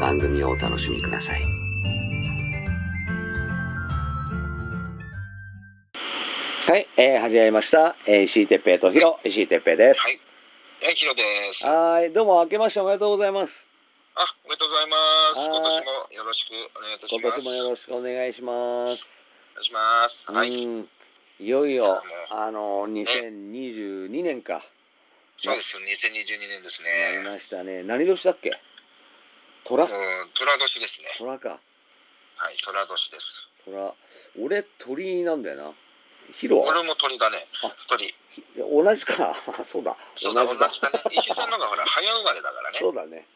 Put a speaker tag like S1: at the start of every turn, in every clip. S1: 番組をお楽しみください。はい、えー、始めました。えー、石井哲平とひろ、石井哲平です。
S2: はい。はい、ヒロです。あ、
S1: はーい、どうも明けましておめでとうございます。
S2: おめでとうございます。
S1: は
S2: 今
S1: い
S2: 年もよろしくお願いいたし
S1: 今
S2: ま
S1: 年
S2: す。
S1: もよ
S2: お
S1: ろしくお願いします。
S2: 願いします。はい。
S1: うん、いよいよ
S2: いやもう、
S1: あの、2022年か、
S2: そうです。2022年ですね。
S1: なりましたね。何年だっけ虎
S2: もう虎年ですね。
S1: 虎か。
S2: はい、虎年です。
S1: 虎。俺、鳥なんだよな。ヒロは
S2: 俺も鳥だね
S1: あ。
S2: 鳥。
S1: ひ同じか。 そうだ。
S2: そうだ、同じだね
S1: そ。
S2: 石井さんの方がほら早生まれだからね。
S1: うだね。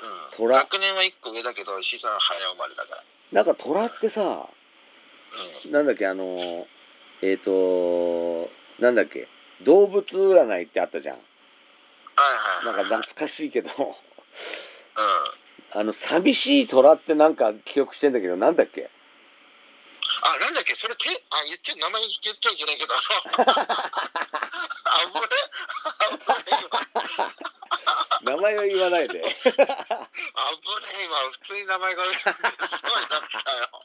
S2: うん。虎。
S1: 虎
S2: 学年は一個上だけど、石井さんは早生まれだから。
S1: なんか虎ってさ、
S2: うん。
S1: なんだっけ、あの、えっ、と、なんだっけ、動物占いってあったじゃん。
S2: はい
S1: な
S2: は
S1: ん
S2: い
S1: か
S2: はい。
S1: 懐かしいけど、
S2: うん。
S1: あの、寂しい虎ってなんか記憶してんだけど、なんだっけ
S2: あ、なんだっけ、それ、て、あ、言って、名前言っちゃいけない けど。あぶれ。危ねえ今
S1: 名前は言わないで。
S2: あぶねえ、今、普通に名前が出てすごいなったよ。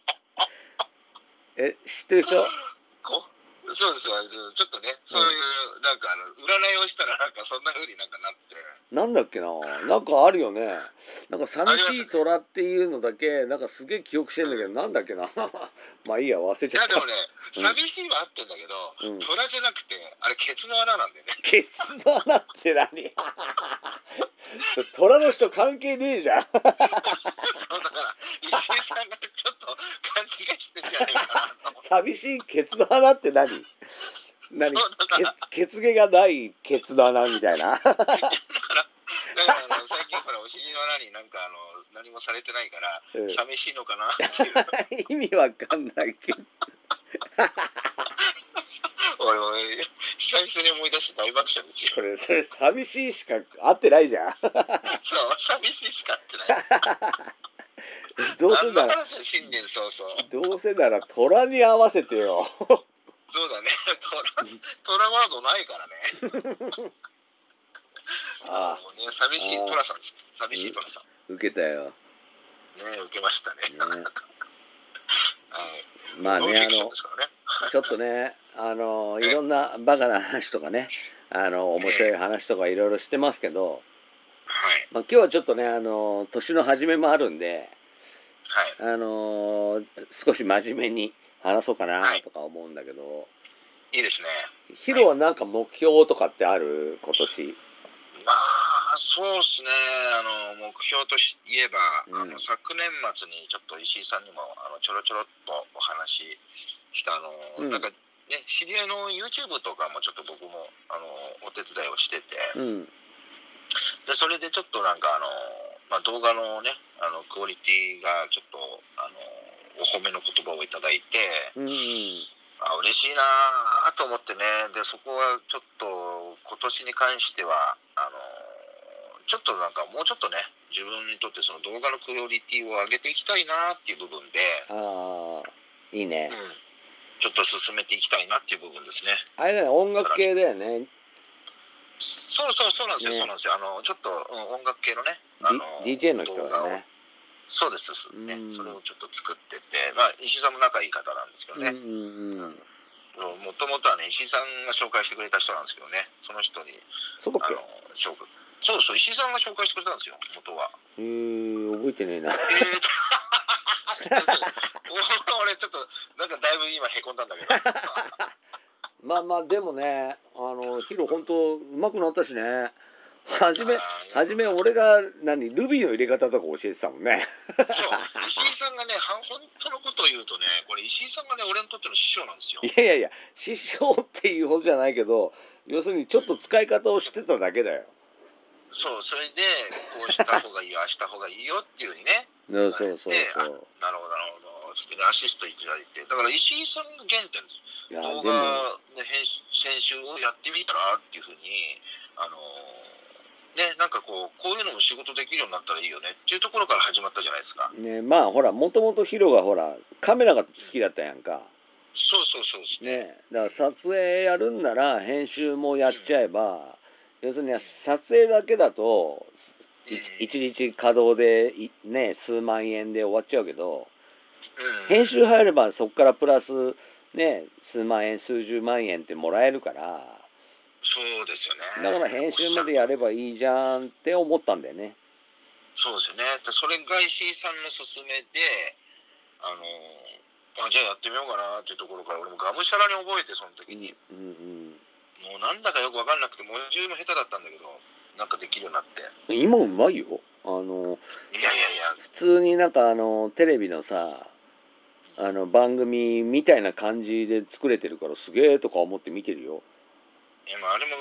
S1: え、知ってる人
S2: こそうですよ、ちょっとね、そういう、なんか、あの、占いをしたら、なんか、そんな風になんかなって。
S1: なんだっけななんかあるよね。なんか寂しい虎っていうのだけ、なんかすげえ記憶してんだけど、なんだっけな まあいいや、忘れ
S2: い
S1: ちゃ
S2: や、
S1: っ
S2: でも
S1: た。
S2: ね、寂しいはあってんだけど、
S1: うん
S2: 虎じゃなくて、あれ、ケツの穴なんだよね。
S1: ケツの穴って何 虎の人関係ねえじゃん。
S2: そうだから、石井さんがちょっと勘違いしてんじゃねえかなと。
S1: 寂しいケツの穴って何何
S2: そうだから、
S1: ケツ毛がないケツの穴みたい な。
S2: だからあの最近ほらお尻の穴になんかあの何もされてないから
S1: うん
S2: 寂しいのかなっていう
S1: 意味わかんないけど。
S2: 俺も久々に思い出して大爆笑ですよ
S1: それ、それ寂しいしか合ってないじ ゃん。
S2: そう寂しいしかってない
S1: どうせ
S2: 何の
S1: なら、
S2: 話新年早々
S1: どうせなら虎に合わせてよ。
S2: そうだねトラトラワードないからね
S1: ああ
S2: もうね寂しいトラさんです寂しいトラさん
S1: 受けたよ、ね、
S2: ね受けました ねはい
S1: まあね
S2: ノンフィクシ
S1: あ
S2: ョン
S1: の
S2: ですからね
S1: ちょっとねあのいろんなバカな話とかねあの面白い話とかいろいろしてますけど、
S2: はい
S1: まあ、今日はちょっとねあの年の初めもあるんで
S2: はい
S1: あの少し真面目に話そうかなとか思うんだけど、
S2: いいですね
S1: ヒロはなんか目標とかってある今年
S2: まあそうですねあの目標とし言えば、
S1: うん
S2: あの昨年末にちょっと石井さんにもあのちょろちょろっとお話ししたあの、
S1: うん
S2: なんかね知り合いの YouTube とかもちょっと僕もあのお手伝いをしてて
S1: うん
S2: でそれでちょっとなんかあの、まあ、動画のねあのクオリティがちょっとあのお褒めの言葉をいただいて
S1: うんうん
S2: あ嬉しいなあと思ってねでそこはちょっと今年に関してはあのちょっとなんかもうちょっとね自分にとってその動画のクオリティを上げていきたいなっていう部分で、
S1: ああいいね
S2: うん、ちょっと進めていきたいなっていう部分ですね
S1: あれだね音楽系だよね
S2: そうそうそうなんですよ、
S1: ね
S2: そうなんですよあのちょっと、うん、音楽系のねあの
S1: D DJ の人
S2: 動
S1: だ
S2: 画を
S1: ね
S2: そうですそうです
S1: う
S2: ね
S1: ん
S2: それをちょっと作ってて、まあ、石井さんも仲いい方なんですけど
S1: うん
S2: ね、
S1: うんうん
S2: もともとはね石井さんが紹介してくれた人なんですけどねその人に
S1: そうだっ
S2: あ
S1: け
S2: の紹介そうそう石井さんが紹介してくれたんですよ元は
S1: へえ、俺覚えてねえな。
S2: えーとちょっと俺ちょっとなんかだいぶ今へこんだんだ けど
S1: まあまあでもねあのヒロ本当うまくなったしね初め
S2: あー
S1: 初め俺が何ルビーの入れ方とか教えてたもんね
S2: そう石井さんがねは本当のことを言うとねこれ石井さんがね俺にとっての師匠なんですよ
S1: いやいやいや師匠っていうほどじゃないけど要するにちょっと使い方を知ってただけだよ
S2: そうそれでこうした方がいいよああした方がいいよっていうふうにね
S1: そうそうそうそう
S2: なるほどなるほどつってねアシストいただいてだから石井さんが原点です
S1: いやでも
S2: 動画の編集編集をやってみたらっていうふうにあのーねなんかこうこういうのも仕事できるようになったらいいよねっていうところから始まったじゃないですか
S1: ねまあほらもともとヒロがほらカメラが好きだったやんか
S2: そうそうそうですね
S1: ねだから撮影やるんなら編集もやっちゃえば要するに撮影だけだと
S2: うん
S1: 一日稼働でいね数万円で終わっちゃうけど
S2: うん
S1: 編集入ればそこからプラスね数万円数十万円ってもらえるから
S2: そうですよね
S1: だから編集までやればいいじゃんって思ったんだよね。
S2: そうですよねでそれが石井さんの勧めであのーあじゃあやってみようかなっていうところから俺もがむしゃらに覚えてその
S1: う
S2: 時
S1: ん
S2: に、
S1: うん
S2: もうなんだかよく分かんなくて文字も下手だったんだけどなんかできるようになって
S1: うん、今うまいよあの
S2: いやいやいや
S1: 普通になんかあのテレビのさあの番組みたいな感じで作れてるからすげえとか思って見てるよ。
S2: いやまああれも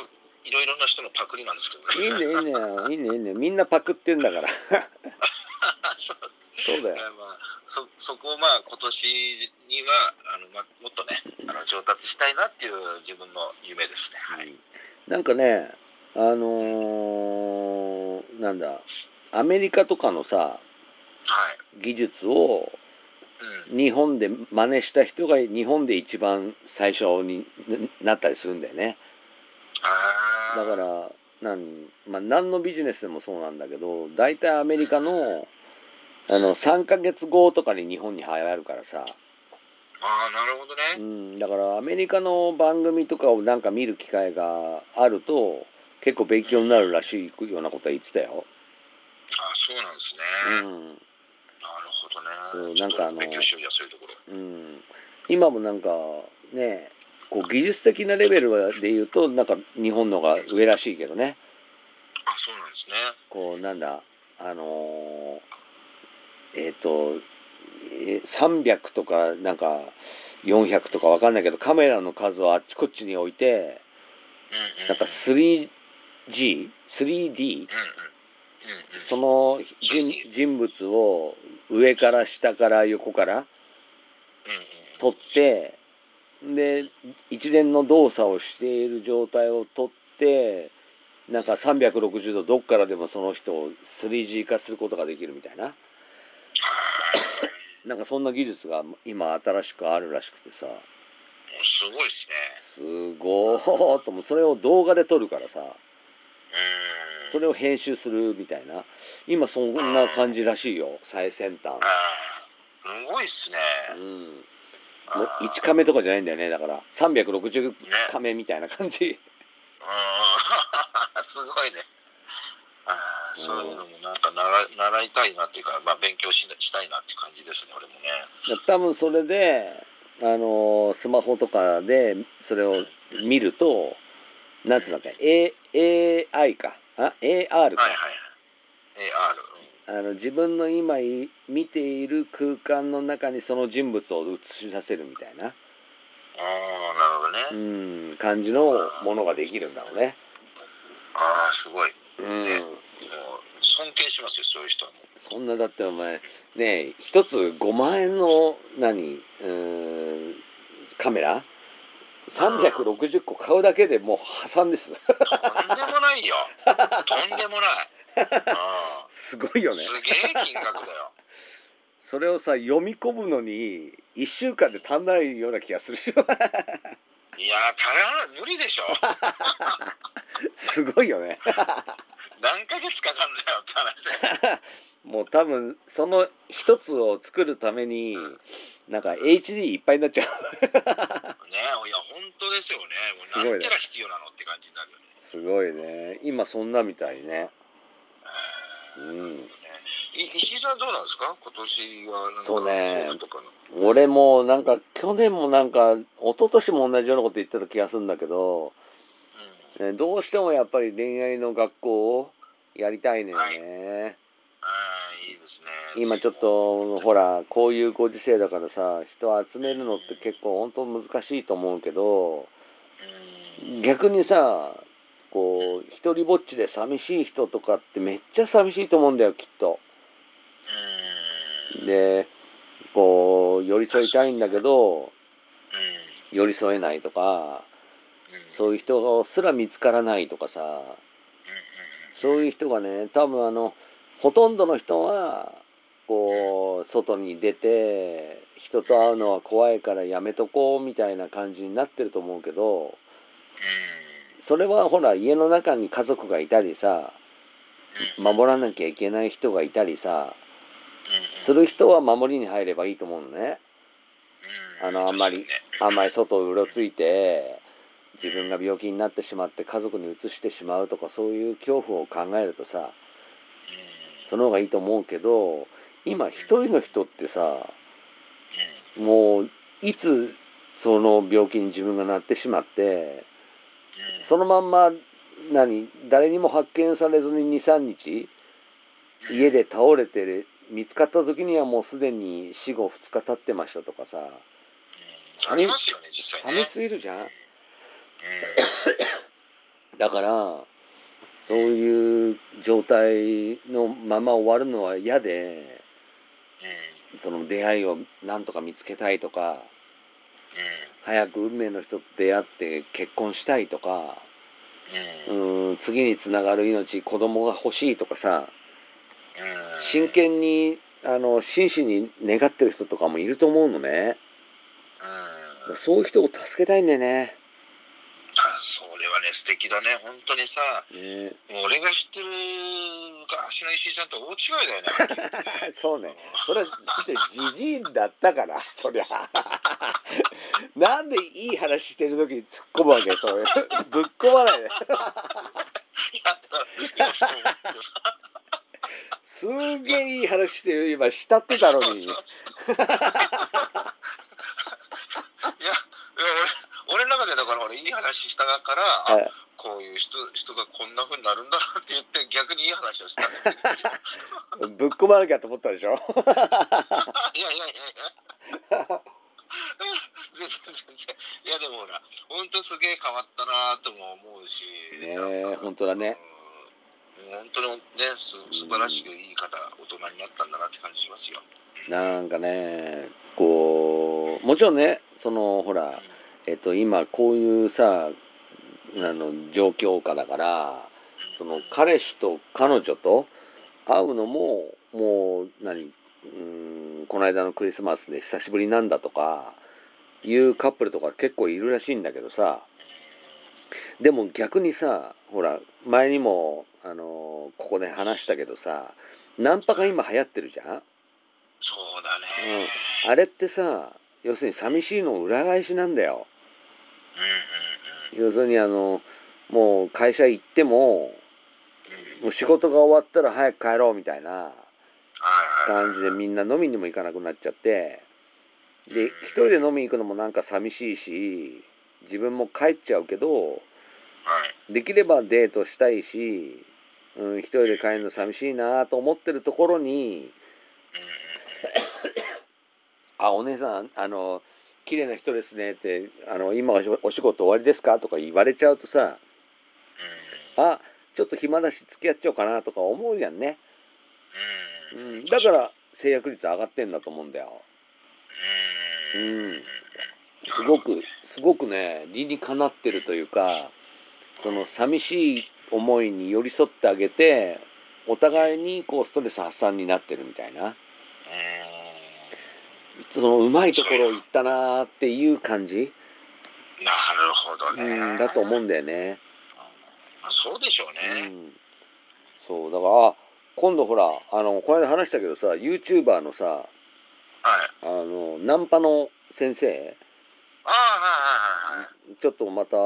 S2: いろいろな人のパクリなんですけど
S1: いい
S2: ね。
S1: ねいいねいいねいいねみんなパクってんだから
S2: そう
S1: そうだよ
S2: だ。からまあそそこをまあ今年にはあの、ま、もっとねあの上達したいなっていう自分の夢ですね。はい、
S1: なんかねあのーなんだアメリカとかのさ
S2: はい
S1: 技術を
S2: うん、
S1: 日本で真似した人が日本で一番最初にななったりするんだよね
S2: あ
S1: だ
S2: ー
S1: から何,、まあ、何のビジネスでもそうなんだけど大体アメリカのあの3ヶ月後とかに日本に流行るからさ、
S2: あーなるほど
S1: う
S2: ね。
S1: ん、だからアメリカの番組とかをなんか見る機会があると結構勉強になるらしいようなことは言ってたよ。
S2: あーそうなんです
S1: う
S2: ね。
S1: ん
S2: なるほど
S1: そ
S2: ね。
S1: う
S2: ちょっと
S1: なんかあの
S2: 勉強しようやそういうところ。
S1: うん、今もなんかねこう技術的なレベルはで言うとなんか日本のが上らしいけどね
S2: あそうなんですね。
S1: こうなんだあのーえっ、とえー300とかなんか400とかわかんないけどカメラの数をあっちこっちに置いて
S2: うんうんうん。
S1: なんか 3G3D
S2: うんうんうんうん。
S1: その人人物を上から下から横から
S2: うんうんうん。
S1: 撮ってで一連の動作をしている状態を撮ってなんか360度どっからでもその人を 3G 化することができるみたいな
S2: はーい
S1: なんかそんな技術が今新しくあるらしくてさ
S2: もうすごいですね。
S1: すごーっともうそれを動画で撮るからさ
S2: うん。
S1: それを編集するみたいな今そんな感じらしいよ最先端
S2: ああ、すごいっすね。
S1: うんも
S2: あ
S1: う
S2: ー
S1: 1カメとかじゃないんだよねだから360
S2: ね。
S1: カメみたいな感じ
S2: うん すごいね。ああ、そういうのもなんか習い習いたいなっていうか、まあ勉強しなしたいなっていう感じですね、俺もね。
S1: 多分それであのースマホとかでそれを見るとなんつうんだっけ、A、AI かあ AR か
S2: はいはいはい。AR。うん
S1: あの自分の今い見ている空間の中にその人物を映し出せるみたいな、
S2: ああ、なるほどね。
S1: うん、感じのものができるんだろうね。
S2: ああ、すごい。も
S1: うん
S2: う尊敬しますよ、そういう人はもう。
S1: そんなだってお前ねえ一つ5万円の何うーんカメラ360個買うだけでもう破産です。
S2: とんでもな いよ。とんでもない。あ
S1: すごいよ
S2: あ、
S1: ね
S2: すげえ金額だよ。
S1: それをさ読み込むのに1週間で足んないような気がするよ
S2: いやー、足らない無理でしょ。
S1: すごいよね
S2: 何ヶ月かかんだよって話だよ。
S1: もう多分その一つを作るためになんか HD いっぱいになっちゃう
S2: ねいや本当ですよね
S1: すご
S2: も
S1: いうね
S2: 何キャラ必要なのって感じになるよね
S1: すごいね今そんなみたいね
S2: えー
S1: うん
S2: ねい石井さんどうなんですか今年はなんか
S1: そうね
S2: 抱負とかの
S1: 俺もなんか去年もなんか一昨年も同じようなこと言ってた気がするんだけど、
S2: う
S1: ね、どうしてもやっぱり恋愛の学校をやりたいのよね
S2: んああいいですね
S1: 今ちょっとほらこういうご時世だからさ人を集めるのって結構本当難しいと思うけど
S2: うん
S1: 逆にさこう一人ぼっちで寂しい人とかってめっちゃ寂しいと思うんだよきっと。
S2: うん
S1: でこう寄り添いたいんだけど
S2: うん
S1: 寄り添えないとかそういう人すら見つからないとかさそういう人がね多分あのほとんどの人はこう外に出て人と会うのは怖いからやめとこうみたいな感じになってると思うけどそれはほら家の中に家族がいたりさ守らなきゃいけない人がいたりさする人は守りに入ればいいと思うのね。あのあんまりあんまり外をうろついて自分が病気になってしまって家族にうつしてしまうとかそういう恐怖を考えるとさその方がいいと思うけど今一人の人ってさもういつその病気に自分がなってしまってそのまんま何誰にも発見されずに23日家で倒れてる見つかった時にはもうすでに死後2日経ってましたとかさ
S2: ありますよね実際
S1: 寂
S2: ね
S1: しすぎるじゃんだからそういう状態のまま終わるのは嫌でその出会いをなんとか見つけたいとか早く運命の人と出会って結婚したいとかうーん次につながる命子供が欲しいとかさ真剣にあの真摯に願ってる人とかもいると思うのねそういう人を助けたいんだよね。
S2: それはね素敵だね本当にさ
S1: ね
S2: 俺が知ってる昔の石井さんと大違いだよ ね
S1: そうねそれはだってじじいだったからそりゃ なんでいい話してる時に突っ込むわけそう いうぶっ込まないですんげえいい話してる今慕ってたのに
S2: いや、いや俺、俺の中でだから、俺、いい話したから、
S1: はい
S2: あこういう人人がこんな風になるんだなって言って、逆にいい話をしたんですよ。
S1: ぶっ込まなきゃと思ったでしょ
S2: いやいやいやいや。全然全然。いや、でもほら、本当すげえ変わったなとも思うし。
S1: ね
S2: なん
S1: え
S2: か
S1: 本当だね
S2: うん本当にねす素晴らしくいい方大人になったんだなって感じしますよ。
S1: なんかねこうもちろんねそのほらえっと今こういうさあの状況下だからその彼氏と彼女と会うのももう何うーんこの間のクリスマスで久しぶりなんだとかいうカップルとか結構いるらしいんだけどさでも逆にさほら前にもあのここで話したけどさナンパが今流行ってるじゃん
S2: そうだね。
S1: あれってさ要するに寂しいの裏返しなんだよ
S2: うん
S1: 要するにあのもう会社行っても
S2: うんうん。
S1: もう仕事が終わったら早く帰ろうみたいな
S2: はいはいはい
S1: 感じでみんな飲みにも行かなくなっちゃってで一人で飲みに行くのもなんか寂しいし自分も帰っちゃうけど
S2: はい。
S1: できればデートしたいし、うん、一人で帰るの寂しいなと思ってるところに「あお姉さんあの綺麗な人ですね」ってあの「今お仕お仕事終わりですか?」とか言われちゃうとさ「あちょっと暇だし付き合っちゃおうかな」とか思うじゃんね、
S2: う
S1: うん
S2: うんうん
S1: ん、だから成約率上がってんだと思うんだようんすごくすごくね理にかなってるというかその寂しい思いに寄り添ってあげてお互いにこうストレス発散になってるみたいなそのうまいところを言ったなーっていう感じ、
S2: なるほどね、
S1: うん、だと思うんだよね。
S2: まあそうでしょう
S1: う
S2: ね、
S1: ん、そうだからあ今度ほらあのこの間話したけどさ YouTuber のさ
S2: はい
S1: あのナンパの先生
S2: ああ はいはいはいはい
S1: ちょっとまた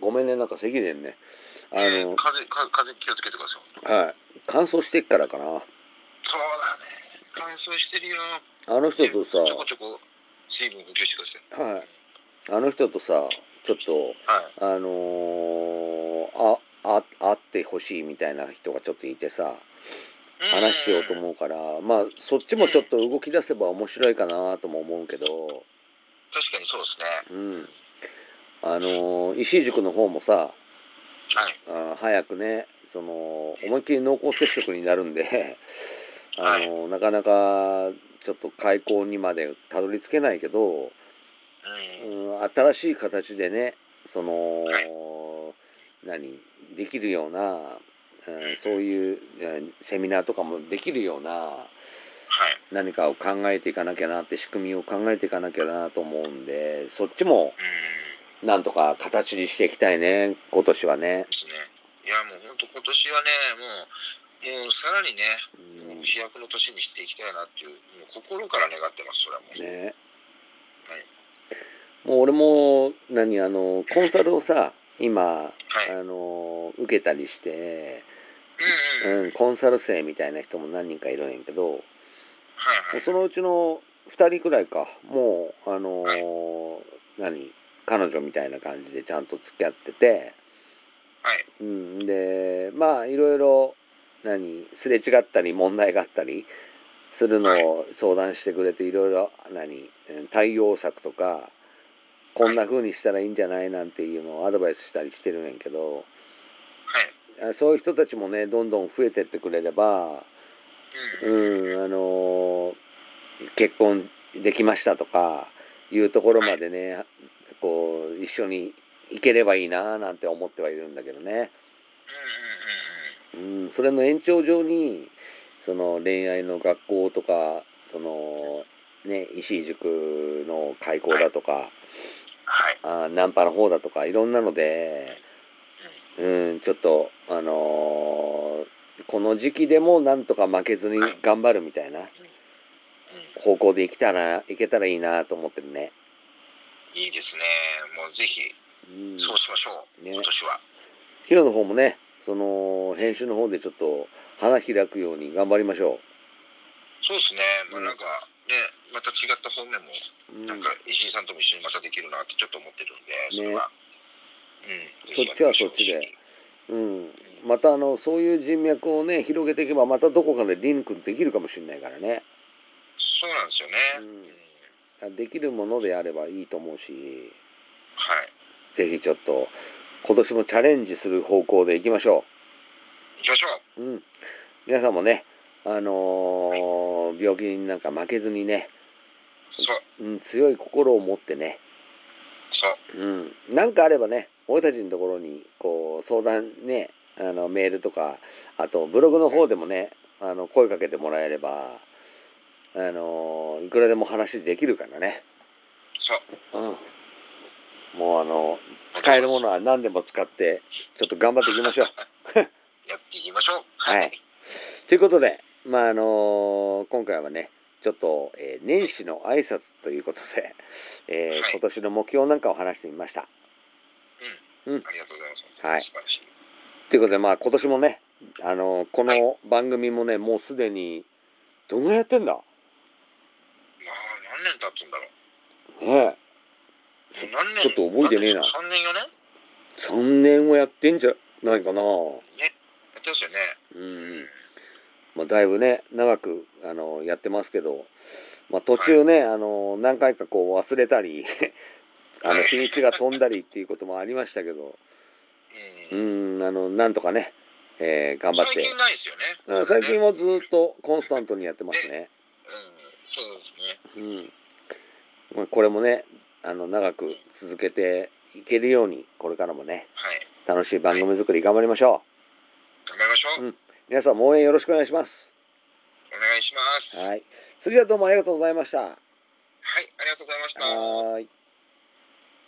S1: ごめんね、なんか咳でんね。あ
S2: えー
S1: の、
S2: 風か風気をつけてください。
S1: はい。乾燥してっからかな。
S2: そうだね。乾燥してるよ。
S1: あの人とさ、
S2: ちょこちょこ水分補給してください。
S1: はい。あの人とさ、ちょっと、
S2: はい。
S1: あのーあ、あ、会ってほしいみたいな人がちょっといてさ、話しようと
S2: うん。
S1: 思うから、まあ、そっちもちょっと動き出せば面白いかなとも思うけど、
S2: 確かにそうですね。
S1: うん。あのー石井塾の方もさ、
S2: はい。
S1: あー早くねその思いっきり濃厚接触になるんであの、なかなかちょっと開口にまでたどり着けないけど、
S2: うん。
S1: うん、新しい形でねその、
S2: はい
S1: 何できるような、うん、そういう、うんセミナーとかもできるような
S2: はい。
S1: 何かを考えていかなきゃなって仕組みを考えていかなきゃなと思うんでそっちも
S2: うん。
S1: なんとか形にしていきたいね今年はね。
S2: ですね。いや、もう本当今年はね、もう、もうさらにね、
S1: うん
S2: もう飛躍の年にしていきたいなっていう、もう心から願ってます、それはもう。
S1: ねもう俺も何あのコンサルをさ今
S2: はい。
S1: あ
S2: うんうん。
S1: の受けたりして、
S2: はい
S1: うん、コンサル生みたいな人も何人かいるんやけど
S2: はい。
S1: そのうちの2人くらいかもうあの、
S2: は
S1: 何彼女みたいな感じでちゃんと付き合ってて、
S2: は
S1: う
S2: い。
S1: ん、でまあいろいろ何すれ違ったり問題があったりするのを相談してくれていろいろ何うん対応策とかこんな風にしたらいいんじゃないなんていうのをアドバイスしたりしてるんやけど
S2: はい。
S1: あそういう人たちもねどんどん増えてってくれれば
S2: うん。
S1: うんあの結婚できましたとかいうところまでねこう一緒に行ければいいななんて思ってはいるんだけどね。
S2: うんうんう
S1: うん、それの延長上にその恋愛の学校とかそのね石井塾の開校だとか、
S2: ん。はい。
S1: あーナンパの方だとかいろんなので、うん、ちょっとあのーこの時期でもなんとか負けずに頑張るみたいな
S2: う
S1: 方向でいけたらいけたらいいなと思ってるね。
S2: ん。いいですね。もうぜひ、
S1: うん、
S2: そうしましょう。
S1: ね
S2: 今年は。
S1: ヒロの方もねその編集の方でちょっと花開くように頑張りましょ
S2: そうですね。まあ
S1: うん
S2: なんか、ね、また違った方面も、
S1: う。うん
S2: なんか石井さんとも一緒にまたできるなってちょっと思ってるんで、それは。うん。
S1: そっちはそっちでうん、
S2: うん
S1: またあのそういう人脈をね広げていけばまたどこかでリンクできるかもしれないからね
S2: そうなんですよね。
S1: う
S2: うんん
S1: できるものであればいいと思うし
S2: はい。
S1: ぜひちょっと今年もチャレンジする方向でいきましょ
S2: 行きましょう。
S1: う、うん、皆さんもねあのー病気になんか負けずにね、
S2: そう。
S1: うん、強い心を持ってね
S2: そう。
S1: うん、なんかあればね俺たちのところにこう相談ねあのメールとかあとブログの方でもねあの声かけてもらえればあのいくらでも話できるからね、
S2: そう。
S1: うん、もうあの使えるものは何でも使ってちょっと頑張っていきましょう。
S2: やっていきましょう。
S1: はいということでまああの今回はねちょっと、えー年始の挨拶ということで、えー
S2: はい
S1: 今年の目標なんかを話してみました。
S2: うん。
S1: うん
S2: ありがとうございます。
S1: はい
S2: 素晴らしい。
S1: ということでまあ今年もねあのこの番組もねもうすでにどんぐらいやってんだ
S2: まあ、何年経つんだろう。
S1: ねえ
S2: もう何年
S1: ちょっと覚えてねえな
S2: 3年4
S1: 3
S2: 年
S1: 年はやってんじゃないかな
S2: ね。やってますよね。
S1: う、
S2: うん。
S1: まあ、だいぶね長くあのやってますけど、まあ、途中ね、あの何回かこう忘れたり あの日にちが飛んだりっていうこともありましたけどうんんあのなんとかね、えー頑張っ
S2: 最
S1: て
S2: 近ないですよね。
S1: うん最近はず
S2: うん。
S1: っとコンスタントにやってますね。
S2: そうですね。
S1: うんまあ、これもねあの長く続けていけるようにこれからもね
S2: はい。
S1: 楽しい番組作り頑張りましょ
S2: 頑張りましょ
S1: う
S2: う。
S1: んう皆さんも応援よろしくお願いします
S2: お願いします。はい。
S1: はいそれではどうもありがとうございました
S2: ありがとうございました。
S1: はーい